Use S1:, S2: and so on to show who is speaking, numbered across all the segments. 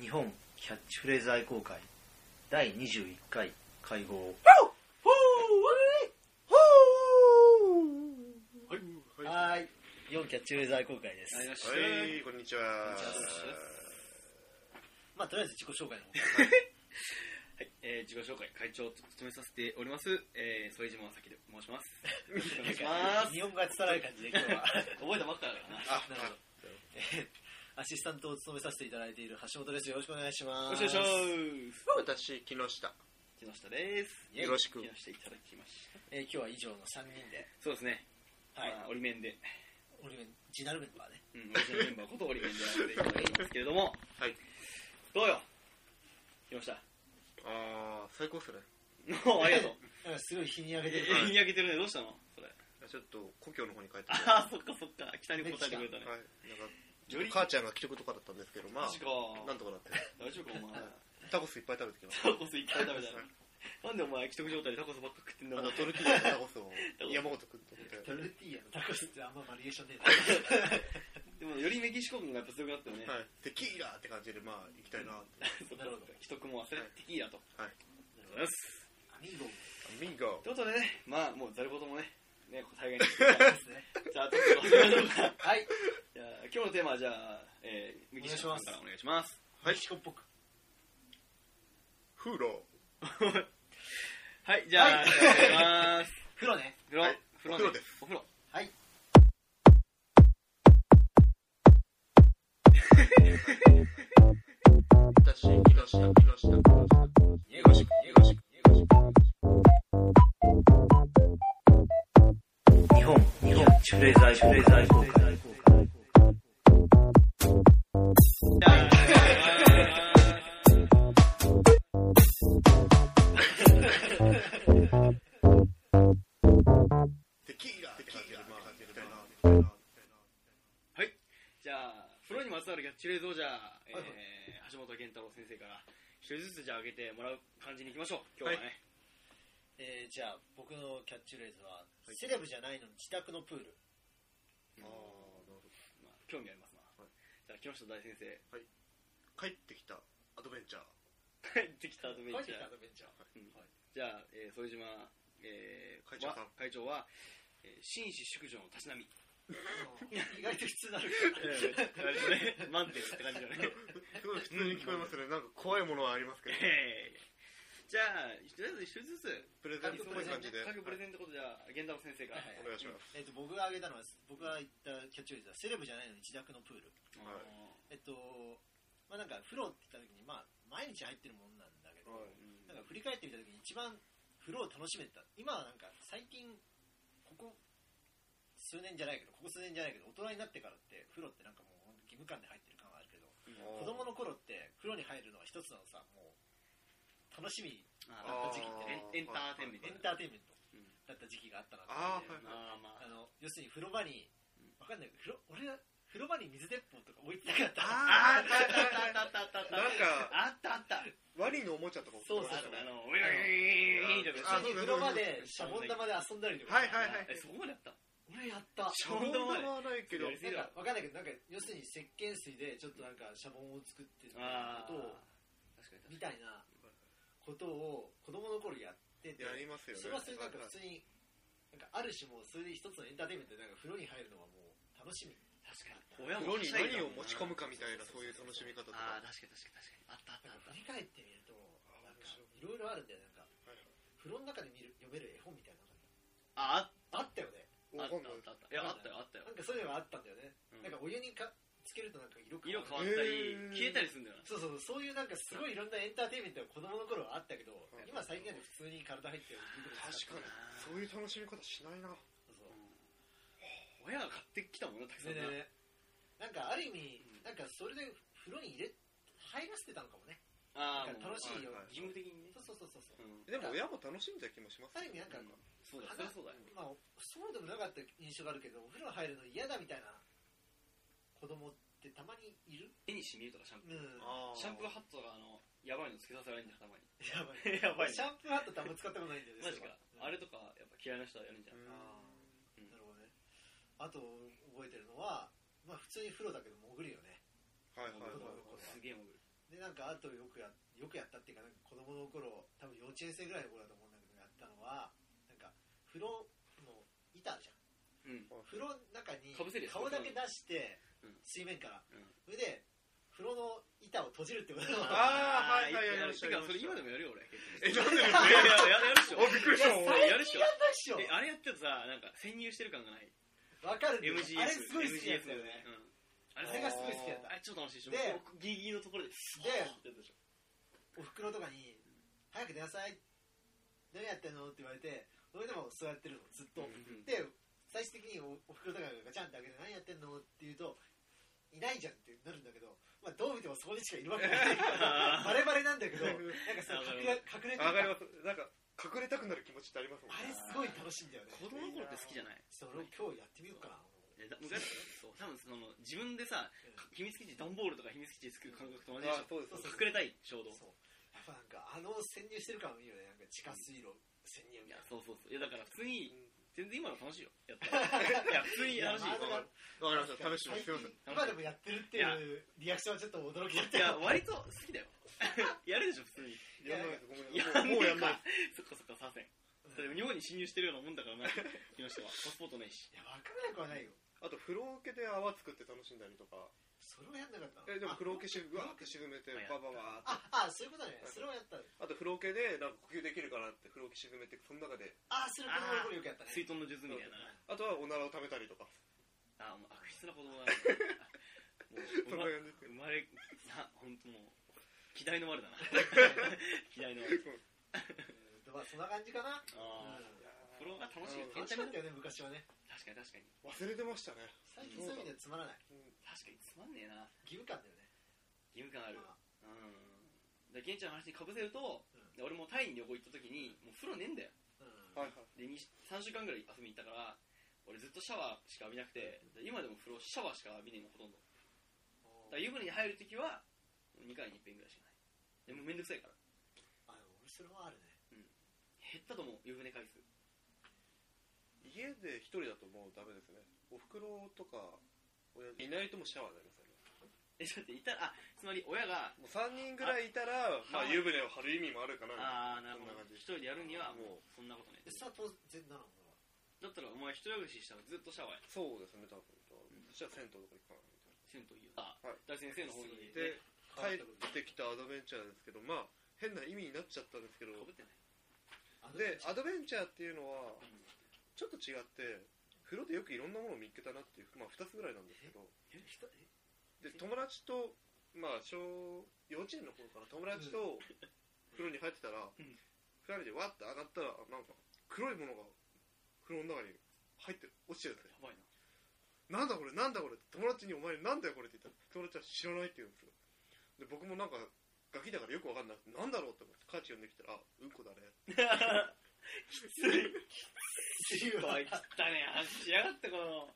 S1: 日本キャッチフレーズ愛好会第21回会合
S2: はい。
S1: はい日本キャッチフレーズ愛好会です、
S2: はいいらっしゃ
S3: はい、こんにちは。
S1: まあとりあえず自己紹介の方
S2: はい。えー、自己紹介、会長を務めさせております、えー、副島正樹で申します。よろしくお願いします。
S1: 日本語が伝わらない感じで今日は
S2: 覚えたばっかだからな。
S3: あ
S1: なるほど えーアシスタントを務めさせていただいている橋本ですよろしくお願いし
S2: お
S1: ます
S2: 願いしま
S1: イ
S2: す。
S3: 私、木下。
S2: 木下です。
S1: ェイ
S3: よろしく
S2: 木。下いただきました。
S1: えー今日は以上の3人で
S2: そうですね。
S1: はい、
S2: まあ、折り面で、
S1: 俺がジナルメンバーね
S2: うん、私のメンバーこと折り面でやっていただいたんですけれども、
S3: はい。
S2: どうよ木下。
S3: あー、最高っすね。
S2: もうありが とう。
S1: なんかすごい日に焼けてる
S2: えー、日に焼けてるね。どうしたのそれ。
S3: ちょっと、故郷の方に帰ってきては
S2: ああ、そっかそっか。北に答えてくれたね
S3: い。。なんか、
S2: より、
S3: 母ちゃんが帰国とかだったんですけど、ま
S2: マジか
S3: あ、。なんとかなって。
S2: 大丈夫か、お前。
S3: タコスいっぱい食べてきまし
S2: タコス一回食べたよ。 なんでお前、既得状態でタコスばっか食ってんだ
S3: た。あ
S2: よ
S3: の、トルキーのタコスを 山ごと食って
S1: ト
S3: て。
S1: ルティーヤのタコスってあんまバリエーションね
S2: でもよりメキシコ軍がやっぱ強くなったよね、
S3: はい。テキーラーって感じで、まあ、行きたいなって。
S2: そっかそっか既得も忘れていいやと、
S3: はい。
S2: ありがとうございます
S1: アミーゴ
S3: ミンゴ
S2: ということでねまあもうざることもねね大概に
S1: ですね
S2: じゃあちょっと始めましょうか
S1: はい
S2: じゃあ今日のテーマはじゃあ、えー、メキシコ軍からお願いします
S1: はいシコっぽく
S3: フーロ
S2: はいじゃ
S1: は
S2: あ、
S1: い
S2: お願いします
S1: 風呂ね
S2: 風呂、
S3: はい
S2: 風呂
S3: お風呂です
S2: お風呂
S1: はい
S3: ー。私、木下、木下。
S1: よろしくよろしく
S4: 日本日本チュレザイチュレザイ公開
S2: じゃあお願いします
S3: テキーラーって感じで、まあ、行きたいなって。
S2: はいじゃあ風呂にまつわるキャッチフレーズをじゃあ、えー橋本健太郎先生から一人ずつじゃあ上げてもらう感じにいきましょう今日はね、
S1: えーじゃあ僕のキャッチフレーズはセレブじゃないのに自宅のプール
S3: あー、なるほど。
S2: まあ、興味ありますな、
S3: はい
S2: じゃあ木下大先生
S3: 帰ってきたアドベンチャー。
S2: 帰ってきたアドベン
S1: 帰って
S2: チ
S1: きたア
S2: ャー
S1: ドベンチャー
S2: うんじゃあ、えー、副島、えー、
S3: 会長さん
S2: は会長は、えー、紳士淑女のたしなみ
S1: 意外と普通なる
S2: 満点って感じだね
S3: すごい普通に聞こえますね。なんか怖いものはありますけど。
S2: じゃあとりあえず一人ずつ
S3: プレゼントっぽい感じで。
S2: 各プレゼントことじゃあ源太郎先生から、
S1: はい
S3: お願いします。
S1: えっと僕が挙げたのは僕が言ったキャッチフレーズはセレブじゃないのに自宅のプール
S2: あ
S3: はい
S1: えっとまあなんか風呂って言った時にまあ毎日入ってるもんなんだけど、
S3: はい
S2: ー
S1: なんか振り返ってみた時に一番風呂を楽しめた今はなんか最近ここ数年じゃないけどここ数年じゃないけど大人になってからって風呂ってなんかもう義務感で入ってる感はあるけど
S2: う
S1: 子
S2: ん
S1: 供の頃って風呂に入るのは一つのさもう楽しみ
S2: あー
S1: 時期ってね
S2: エンエンターテインメント
S1: エンターテインメント
S2: うん
S1: だった時期があったな
S3: あ
S1: って
S3: ーは
S1: 思ってあ
S2: まあま
S3: い
S2: あ
S1: の要するに風呂場にわかんないけど風呂俺は風呂場に水鉄砲とか置いてなかった
S3: あ
S2: あったあったあったあったあっ
S3: なんか
S2: たあった
S3: ワニのおもちゃとか
S1: そう
S2: あ
S1: そう
S2: ったあ
S3: は
S2: のウィーンとか
S3: あ
S1: 一緒に風呂場でシャボン玉で遊んだりとか
S3: いはいは
S2: え
S3: い
S2: そこまであった
S1: 俺やった
S2: シャ
S3: そ
S2: ボン
S3: んな
S2: 玉
S3: ものはないけど
S2: やりす
S1: な
S2: ぎ
S1: んか
S2: だ
S1: わかんないけどなんか要するに石鹸水でちょっとなんかシャボンを作ってみたいな
S2: ああ
S1: ことを
S2: 確か
S1: みたいなことを子供の頃やってて
S3: やりますよね
S1: それはそれでなんか普通になんかある種もうそれで一つのエンターテインメントでなんか風呂に入るのはもう楽しみ
S2: に親
S3: 風呂に何を持ち込むかみたいなそういう楽しみ方と
S2: ああ
S3: か
S2: 確かに
S1: なんか振り返
S2: 確かに確かにあったあったあっ
S1: ってみるとなんか
S3: 面
S1: いろい
S3: 白
S1: ろあるんだよなんか
S3: はいはい
S1: 風呂の中で見る読める絵本みたいなのがあ
S2: たああ
S1: ったよね
S2: あ
S3: わ
S2: った
S3: か
S2: あ
S3: んない
S2: ったあったいやあったよあった
S1: な
S2: よ
S1: んかそういうのがあったんだよね
S2: う
S1: なん
S2: ん
S1: かお湯にかつけるとなんか色変
S2: 色変
S1: わ
S2: わ
S1: る
S2: ったり
S3: へー
S2: 消えたりするんだよな
S1: そうそうそういうなんかすごいいろんなエンターテインメントが子供の頃はあったけど
S3: い
S1: 今最近は普通に体入ってる
S3: 確かにそういう楽しみ方しないな
S1: そう
S2: うん親が買ってきたもんなたくさんな
S1: ねなんかある意味
S2: うん
S1: なんかそれで風呂に入れ入らせてたのかもね
S2: ああ
S1: なんか楽しいよ
S3: はいはい
S2: 義務的にね
S1: そうそうそうそう、
S2: うん
S3: でも親も楽しんだ気もします
S1: ある意味なんか、
S2: そうだよそ
S1: 花
S2: りゃそうだよ
S1: まあ、そうでもなかった印象があるけどお風呂入るの嫌だみたいな子供ってたまにいる
S2: 絵にしみるとかシャンプ
S1: うん
S2: ーシャンプーハットとかあのやばいのつけさせられるんじゃんたまに
S1: やばい
S2: やばいね
S1: シャンプーハットってあんま使ったことないんだよね
S2: マジかあ
S1: れ
S2: れとかやっぱ嫌いな人はやるんじゃん
S3: うん
S1: あーなるほどねあと覚えてるのはまあ普通に風呂だけど潜るよね
S3: はいはいはい
S2: すげえ潜る
S1: でなんかあとよくやよくやったっていうかなんか子供の頃多分幼稚園生ぐらいの頃だと思うんだけどやったのはなんか風呂の板あるじゃん
S2: うん。
S1: 風呂の中に
S2: 被せるやつ
S1: 顔だけ出して
S2: うん
S1: 水面から、
S2: うん
S1: それで風呂の板を閉じるって こと
S3: あーはいは
S2: や
S3: いやり
S2: る
S3: ました
S2: て
S3: や
S2: か
S3: りまし
S2: それ今
S3: た
S2: でもやるよ俺。
S3: え、なんでです
S2: いやいややるっしょ。
S3: おびっくりした
S2: いや
S1: 最近
S2: やるっしょ
S1: やったっしょ
S2: えあれやってるとさなんか潜入してる感がない。
S1: わかるんだよ
S2: MGS。
S1: あれすごい好きやつだよ
S2: MGS
S1: ね。
S2: うんあ
S1: あ
S2: れ
S1: れがすごい好きやった
S2: あれ超楽しいでしょ。
S1: で
S2: 僕ギリギリのところで。
S1: で
S2: ってやったでしょ
S1: おふくろとかに「早く出なさい何やってんの?」って言われて俺でもそうやってるのずっと
S2: うん
S1: で最終的におおふくろとかがガチャンって開けて「何やってんの?」って言うと「いないじゃん」ってなるんだけど、まあ、どう見てもそこにしかいるわけ ないからバレバレなんだけどなんかその隠れ隠れてる
S3: かわかります。なんか、隠れたくなる気持ちってありますもん
S1: あれすごい楽しいんだよね
S2: 子供の頃って好きじゃない。
S1: ちょっと俺も今日やってみようかな
S2: えだ昔そう多分その自分でさ秘密基地段ボールとか秘密基地作る感覚と同じでし
S3: あ、そうです。
S2: ょ
S3: そうです
S2: 隠れたい衝動
S1: そうやっぱなんかあの潜入してる感もいいよねなんか地下水路潜入み
S2: い
S1: た
S2: や
S1: いな
S2: そうそうそういやだから普通に
S3: うん
S2: 全然今の楽しいよやったら いや普通に楽しい
S1: いやまあ
S2: よ
S3: わかりました。試してみます。すいません。
S1: 今でもやってるっていうリアクションはちょっと驚きだっ
S2: い
S1: た
S2: や
S1: よ
S2: 割と好きだよ やるでしょ普通に
S3: やんないです。ごめん
S2: や
S3: なさい。もうやんない
S2: かそっかそっかさせんそれでも日本に侵入してるようなもんだからな木下はパスポートないし
S1: いや、わからなくはないよ。
S3: あと、風呂桶で泡作って楽しんだりとか。
S1: それはやんなかったの
S3: え、でも風呂桶
S1: あ
S3: しぐわーって沈めて、バババーって。
S1: あ、あ、そういうことね。それはやったの。
S3: あと、風呂桶で、なんか呼吸できるかなって、風呂桶沈めて、その中で。
S1: あ、それ子供の頃よくやったね。
S2: 水遁の術みたいな
S3: あとは、おならを溜めたりとか。
S2: あもう悪質な子供だなもう
S3: そん な感じ
S2: 生まれさ本当もう期待の悪だ な期待の悪
S1: うんまあ、そんな感じかな。
S2: あー風呂が楽しいよ
S3: うん
S1: 楽しかったよね、昔はね。
S2: 確かに確かに
S3: 忘れてましたね。
S1: 最近そういう意味ではつまらない。
S3: うん
S2: 確かにつまんねえな
S1: 義務感だよね。
S2: 義務感ある
S1: まあ
S2: うんで現地の話にかぶせると、
S1: うん
S2: で俺もタイに旅行行った時にもう風呂ねえんだよ
S1: うん
S3: はいはい。
S2: でに3週間ぐらい遊びに行ったから俺ずっとシャワーしか浴びなくてで今でも風呂シャワーしか浴びねえのほとんどだから湯船に入るときは2回に1遍ぐらいしかないでもめんどくさいから
S1: あ、でも俺それはあるね。
S2: 減ったと思う湯船回数
S3: 家で一人だともうダメですね。お袋とか、親いないともうシャワーになりますよね。
S2: えちょっといたらあつまり親が
S3: もう3人ぐらいいたら、まあ、湯船を張る意味もあるかな
S2: ああな
S3: みたいな
S2: るほど
S3: そんな感じ
S2: 一人でやるにはもう
S3: もう
S2: そんなことね
S1: で、さ、当然なの俺は
S2: だったらお前一人暮らししたらずっとシャワーや
S3: そうですね多分
S2: ん
S3: そしたら銭湯とか行くかなみたい
S2: 銭湯いいよあ、
S3: はい
S2: 大先生の方に
S3: なで帰
S1: 変わった
S3: ってきたアドベンチャーですけどまあ変な意味になっちゃったんですけど
S2: かぶってない
S1: こと
S3: で
S1: あ
S3: アドベンチャーっていうのはちょっと違って風呂でよくいろんなものを見っけたなっていう、まあ、2つぐらいなんですけど
S2: え人え
S3: で友達とまあ小幼稚園の頃から友達と風呂に入ってた
S2: ん
S3: ら2人でわって上がったらなんか黒いものが風呂の中に入ってる落ちてるんですよ
S2: やばいな
S3: なんだこれなんだこれって友達にお前なんだよこれって言ったら友達は知らないって言うんですよで僕もなんかガキだからよくわかんなくてなんだろうって思って母ち呼んできたらあうんこだね
S2: きつ
S1: 自
S2: い
S1: 由
S2: お
S1: はい
S2: 汚ねえ話しやがってこの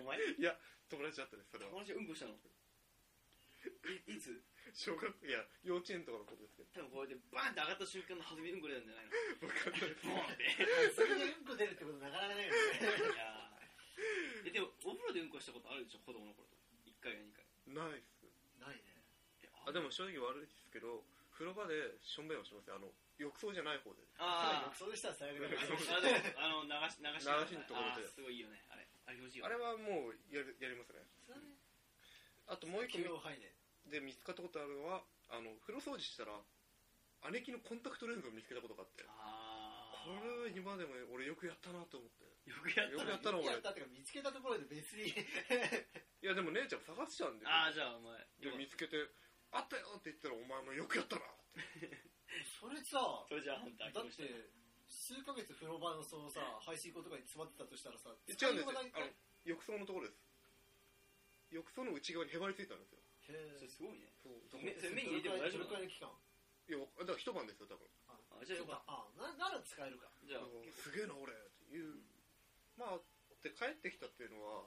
S1: お前
S2: お前
S3: 友達だったですそれは
S2: 友達うんこしたのいいつ
S3: 小学いや幼稚園とかのことですけど
S2: 多分こうやってバーンって上がった瞬間の弾みうんこ出たんじゃないの
S3: 分かんないです
S2: ボーンって
S1: それでうんこ出るってことなかなかないよね。
S2: いやーえでもお風呂でうんこしたことあるでしょ子供の頃と1回や2回
S3: ないっす
S1: ないね。
S2: え
S3: あでも正直悪いですけど風呂場でしょんべんをしますよあの浴槽じゃない方で
S2: あーあ
S1: そうしたら最悪だ
S2: で
S1: ね。
S2: もあの流し流し
S3: 流しのところで
S2: あーすごいいいよねあれあれ気持ちいいよ
S3: あれはもうやるやりますねあともう一
S1: 企
S3: 個
S1: 業範囲で。
S3: で見つかったことあるのはあの風呂掃除したら姉貴のコンタクトレンズを見つけたことがあって
S2: あ
S3: こ
S2: ー
S3: れ今でも俺よくやったなと思って
S2: よくやっ
S3: よ
S2: た
S3: く
S1: や
S2: な
S3: やったな俺
S1: ったってか見つけたところで別に。
S3: いやでも姉ちゃん探しちゃうんで
S2: ああじゃあお前
S3: で見つけて「あったよ!」って言ったら「お前もよくやったな!」って
S1: それさ、
S2: それじゃあハンター
S1: だっ
S2: 木下
S1: て数ヶ月風呂場のそのさ排水溝とかに詰まってたとしたらさ
S3: 言っちゃうんですよ
S1: 使いようが
S3: あ
S1: ない
S3: の浴槽のところです浴槽の内側にへばりついたんですよ
S2: それすごいね
S3: そうだから
S2: 目
S3: い
S2: 目に入れても大丈夫
S1: どれ
S2: なの
S1: くらいの期間
S3: やだから一晩ですよ多分
S2: あじゃあよかっ
S1: あななら使えるか
S2: たじゃあ
S3: うんすげえな俺っていう、まあで帰ってきたっていうのは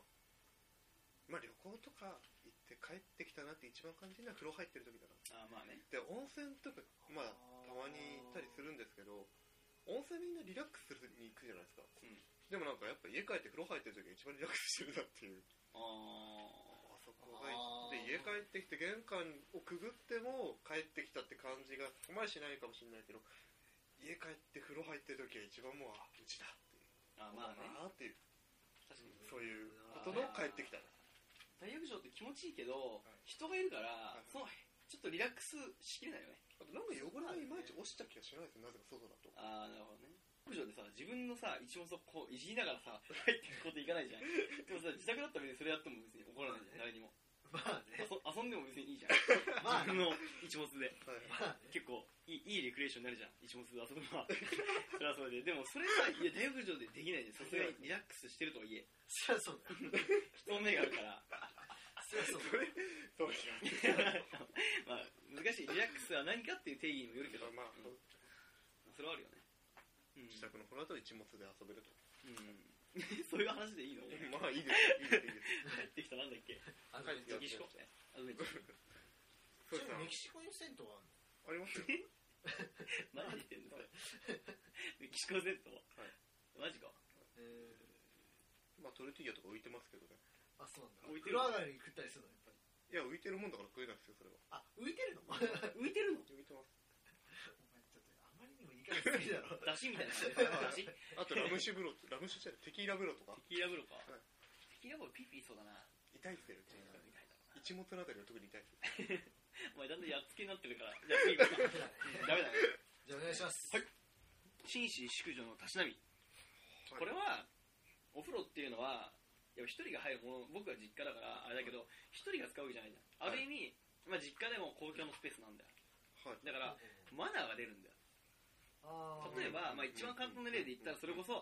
S3: まあ旅行とか行って帰ってきたなって一番感じるのは風呂入ってる時だな
S2: あーまあね
S3: で温泉とかまあたまに行ったりするんですけど温泉みんなリラックスするに行くじゃないですか、
S2: うん
S3: でもなんかやっぱ家帰って風呂入ってる時が一番リラックスしてるなっていう
S2: ああ
S3: あそこがで家家帰ってきて玄関をくぐっても帰ってきたって感じがそこまでしないかもしれないけど家帰って風呂入ってる時は一番もうあうちだっていう
S2: あまあね
S3: あーっていう
S2: 確かに
S3: そういうことの帰ってきた
S2: 大浴場って気持ちいいけど、
S3: い
S2: 人がいるから、
S3: い
S2: そのちょっとリラックスしきれないよね
S3: あとなんか汚れがいまいち落ちた気がしないですよなぜか外だと
S2: ああなるほどね浴場でさ自分のさ一物をこういじりながらさ入っていくこといかないじゃん でもさ自宅だったら別にそれやっても別に怒らないじゃん誰にも
S1: まあね
S2: 遊遊んでも別にいいじゃん
S1: まあ
S2: 自分の一物で
S3: はい
S1: まあね
S2: 結構いいいいレクリエーションになるじゃん一物で遊ぶの はそれはそれででもそれさいや大浴場でできないじゃんさすがにリラックスしてるとはいえ
S1: そりゃそうだよ
S2: 人の目があるから
S1: そりゃそうだよ
S3: それそうですよね
S2: まあ難しいリラックスは何かっていう定義にもよるけど、
S3: まあ
S2: うんそれはあるよねうん、
S3: 自宅の風呂だと一物で遊べると
S2: うん、 そういう話でいいの入
S3: まあいいですよいい
S2: って
S3: ですいいです
S2: きたなんだっけ
S1: あの
S2: メキシコあのね
S3: そう
S1: ち
S3: です
S1: な
S3: ね
S1: みにメキシコに銭湯はあるの
S3: ありますよ
S2: 何言ってんのメキシコ Z?
S3: はい
S2: マジか
S1: え
S3: まあトルティーヤとか浮いてますけどね
S1: ーあそうなんだ
S2: 置い
S1: 風
S2: てる
S1: 呂上がりに食ったりするのやっぱり
S3: いや浮いてるもんだから食えないですよそれは
S1: あ浮いてるのお前ちょっと
S2: 浮いてるの
S3: 浮いてます
S1: あまりにもいい加減すぎだろ
S2: 出汁みたいな
S3: はい
S2: 出汁
S3: あとラム酒風呂ってラム酒じゃないテキーラ風呂とか
S2: テキーラ風呂か、
S3: はい
S2: テキーラ風呂ピーピーそうだな
S3: 痛いですよね一物のあたりが特に痛いです
S2: お前だんだんやっつけになってるからじゃあ次行こうかダメだね
S1: じゃあお願いします
S2: はい紳士淑女のたしなみ
S3: はい
S2: これはお風呂っていうのはやっぱ一人が入るもの僕は実家だからあれだけど一人が使うわけじゃないじゃんある意味、まあ、実家でも公共のスペースなんだよ
S3: はい
S2: だからマナーが出るんだよ
S1: あー
S2: 例えば、まあ、一番簡単な例で言ったらそれこそ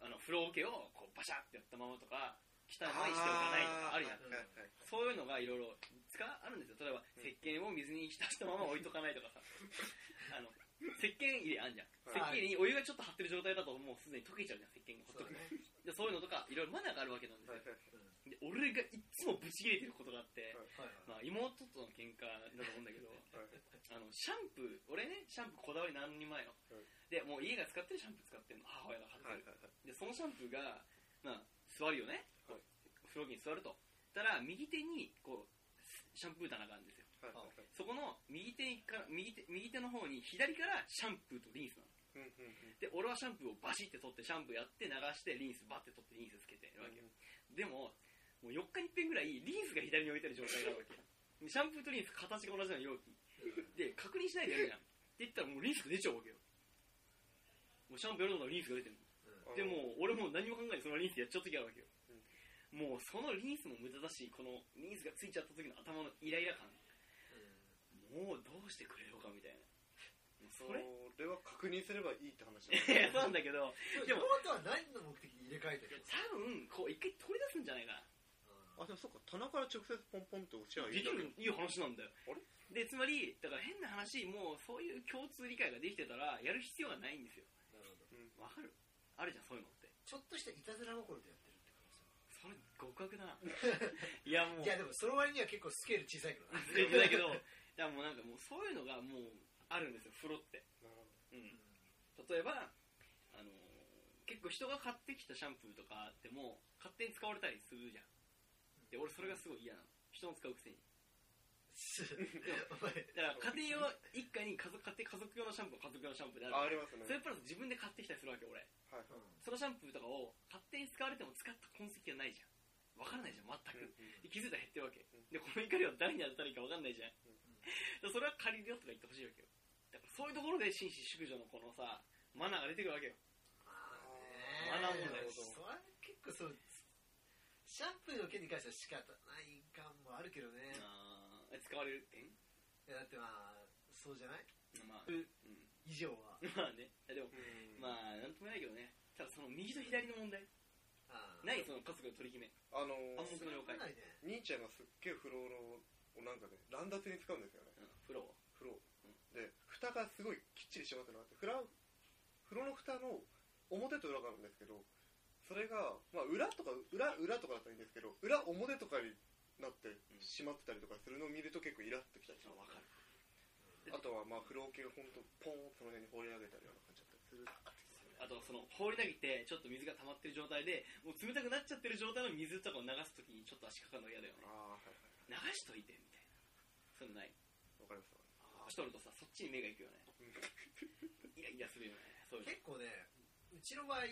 S2: あの風呂桶をこうバシャってやったままとか汚いにしておかないとかあるじゃ
S1: ん
S2: ん
S3: はいはい
S2: そういうのがいろいろ使あるんですよ例えば
S3: ん
S2: 石鹸を水に浸したまま置いとかないとかさあの石鹸入れあんじゃん
S1: はい
S2: 石鹸にお湯がちょっと張ってる状態だともうすでに溶けちゃうじゃん石鹸がほっ
S1: そ
S2: と
S1: う
S2: く
S1: だね
S2: でそういうのとかいろいろマナーがあるわけなんです
S3: はい
S2: よ
S3: はい
S2: で俺がいっつもブチ切れてることがあって、
S3: はい
S1: はいはい
S2: まあ、妹との喧嘩だと思うんだけど
S3: はい
S2: あのシャンプー俺ねシャンプーこだわり何人前の、
S3: はい
S2: でもう家が使ってるシャンプー使ってるの母親が買
S3: は
S2: っ
S3: い
S2: てる、
S3: は
S2: で
S3: いはい
S2: そのシャンプーが、まあ、座るよね、
S3: はい
S2: 風呂桶に座るとたら右手にこうシャンプー棚があるんですよ
S3: はいはい
S2: そこの右手から右手右手の方に左からシャンプーとリンスなの
S3: うんうんうん
S2: で俺はシャンプーをバシって取ってシャンプーやって流してリンスバッて取ってリンスつけてるわけよ、でももう4日に一遍ぐらいリンスが左に置いてる状態なわけでシャンプーとリンス形が同じような容器で確認しないでやるじゃんって言ったらもうリンスが出ちゃうわけよもうシャンプーやるのがリンスが出てる
S3: あー
S2: でもう俺もう何も考えずそのリンスやっちゃう時あるわけよ
S3: う、
S2: もうそのリンスも無駄だしこのリンスがついちゃった時の頭のイライラ感もうどうしてくれようかみたいなもうそ
S3: そ
S2: れ
S3: れは確認すればいいって話だ
S2: いやそうなんだけ
S1: う
S2: ど
S1: ん
S2: で
S1: で
S2: も
S1: も妹は何の目的で入れ替えてるの
S2: 多分こう一回取り出すんじゃないかな
S3: あでもそっか棚から直接ポンポンって押しゃい
S2: でき
S3: いんだけど
S2: るいい話なんだよ
S3: あれ
S2: でつまりだから変な話もうそういう共通理解ができてたらやる必要がないんですよ
S1: なるほど
S2: わかるあるじゃんそういうのって
S1: ちょっとしたいたずら心でやってるって感じ
S2: それ極悪 だないやもう
S1: いやでもその割には結構スケール小さいけどな
S2: 言ってたけどいやもうなんかもうそういうのがもうあるんですよ風呂って、
S3: なるほど
S2: うん、例えばあの結構人が買ってきたシャンプーとかでも勝手に使われたりするじゃんで俺それがすごい嫌なの人の使うくせに
S1: お前
S2: だから家庭用一家に家族家庭家族用のシャンプーは家族用のシャンプーである
S3: あありますね
S2: それプラス自分で買ってきたりするわけ俺
S3: はい
S1: うん
S2: そのシャンプーとかを勝手に使われても使った痕跡がないじゃん分からないじゃん全くで気づいたら減ってるわけ
S3: うん
S2: でこの怒りを誰に当たるか分かんないじゃんで
S3: うん
S2: それは借りるよとか言ってほしいわけよだからそういうところで紳士淑女のこのさマナーが出てくるわけよ
S1: ま
S2: あ
S1: あね
S2: なるほど
S1: それは結構そうシャンプーの件に関しては仕方ない感もあるけどね
S2: あーえ使われる点
S1: いやだってまあそうじゃない
S2: まあ、
S1: う
S2: うん
S1: 以 上は
S2: まあねいやでも
S3: うん
S2: まあなんともないけどねただその右と左の問題
S1: あー
S2: ないその家族の取り決め
S3: あの
S2: あもう
S3: ー
S1: それは危ないね
S3: 兄ちゃんがすっげえ風呂のをなんかね乱雑に使うんですよね
S2: うん風呂を
S3: 風呂
S2: うん
S3: で蓋がすごいきっちりしてますよね風呂風呂の蓋の表と裏があるんですけどそれが、まあ、裏とか裏裏とかだったらいいんですけど裏表とかになって
S2: ん
S3: しまってたりとかするのを見ると結構イラっときたりし
S2: あ
S3: ま
S2: 分かる
S3: すあとはまあ風呂桶が本当ポーンその辺に放り上げたような感じだったりする
S2: あとその放り投げてちょっと水が溜まってる状態でもう冷たくなっちゃってる状態の水とかを流すときにちょっと足かかるの嫌だよね
S3: ああはい
S2: 流しといてみたいなそんなない
S3: わかりますわ
S2: 年取るとさそっちに目がいくよ ねイライラするよねそういうの
S1: 結構ねうちの場合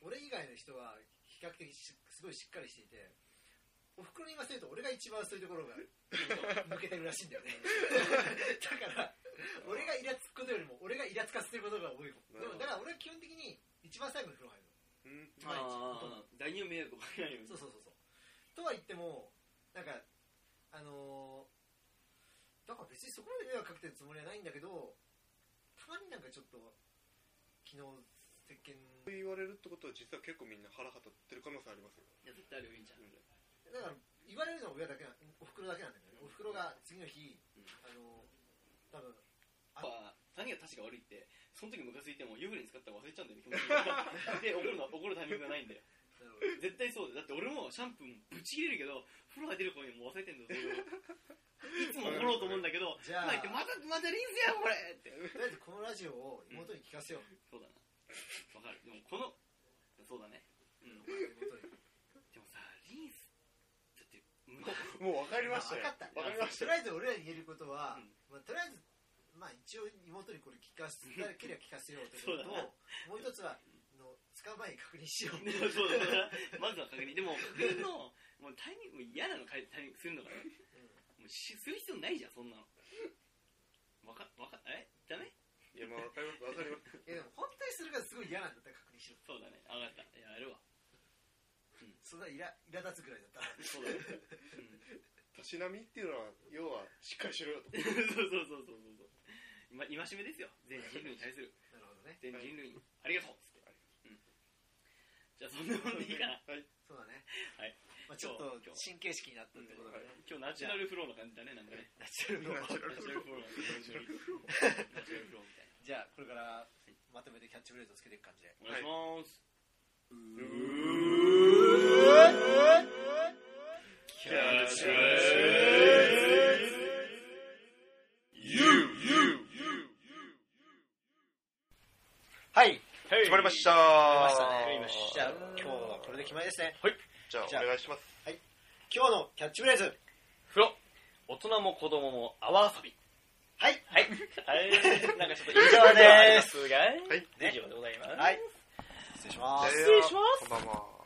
S1: 俺以外の人は比較的しすごいしっかりしていておふくろに言わせると俺が一番そういうところ が抜けてるらしいんだよねだから俺がイラつくことよりも俺がイラつかせてることが多いもんでもだから俺は基本的に一番最後に風呂入る
S3: うん
S1: 毎日
S2: あー大名迷惑をかけないよう
S1: の
S2: に
S1: そうそうそうそうとは言ってもなんかあのーだから別にそこまで迷惑かけてるつもりはないんだけどたまになんかちょっと昨日石鹸
S3: そう言われるってことは実は結構みんな腹が立ってる可能性ありますよ
S2: いや絶対あるよいいんちゃう
S1: だから言われるのは親だけなおふくろだけなんだよねおふくろが次の日、
S2: うん
S1: あの多分
S2: やっぱ何が確か悪いってその時ムカついても湯船に使ったら忘れちゃうんだよね気持ちが で怒るの怒るタイミングがないんだよ絶対そうだよだって俺もシャンプーもぶち切れるけど風呂入ってる頃にもう忘れてんだよそれをいつも怒ろうと思うんだけど
S1: じゃあ
S2: 入ってまたまたリンスやんこれって
S1: とりあえずこのラジオを妹に聞かせよう、
S2: そうだなわかるでもこのそうだねうん
S1: お前の 妹に
S2: でもさリンスだって無
S3: もう分かりました
S1: 分
S3: よ
S1: かった
S3: わかりました
S1: とりあえず俺らに言えることは、
S2: うん
S1: まあ、とりあえずまあ一応妹にこれ聞かせだけでは聞かせようとい
S2: そう
S1: う
S2: だ
S1: こと
S2: な
S1: ともう一つはあの使う前に確認しよう
S2: でも そうだよなまずは確認でも確認のもうタイミングもう嫌なのかタイミングするのがねもうしする必要ないじゃんそんなのわかわかえダメ
S3: いやまあ分かります分かります
S1: いやでも本当にそれがすごい嫌なんだったら確認しろ
S2: そうだね分かったやるわ
S1: そんなイライラ立つぐらいだったら
S2: そうだね、 うん
S3: たしなみっていうのは要はしっかりしろよと
S2: そうそうそうそうそうそう。今、戒めですよ。全人類に対する。
S1: なるほどね
S2: 全人類に。ありがとうっつって。うん。じゃあ、そんなもんでいいかな。
S3: はい
S1: そうだね
S2: はい、
S1: まあ、ちょっと
S2: 今日
S1: 神経質になったってことだね、
S2: 今日ナチュラルフローな感じだね、なんかね。
S1: ナチュラ ル
S3: ナチュラ
S2: ナ
S3: ル
S2: チュラルフローな感じ。ナチュラルフローみたいな。
S1: じゃあこれからまとめてキャッチフレーズをつけていく感じで
S2: お願いします。キャッチフレーズ
S3: You You You
S1: はい
S3: 決まりました
S1: 決まりましたねじゃあ今日はこれで決まりですね
S3: じゃ
S1: じゃ
S3: あ
S1: あ
S3: お願いします
S1: 今日のキャッチフレーズ
S2: 風呂。大人も子供も泡遊び。
S1: はい
S2: はい。なんかちょっと以
S1: 上です
S2: すが、
S3: はい
S2: 以上でございます。
S1: はい失礼します
S3: 失
S2: 礼します
S3: こんばんは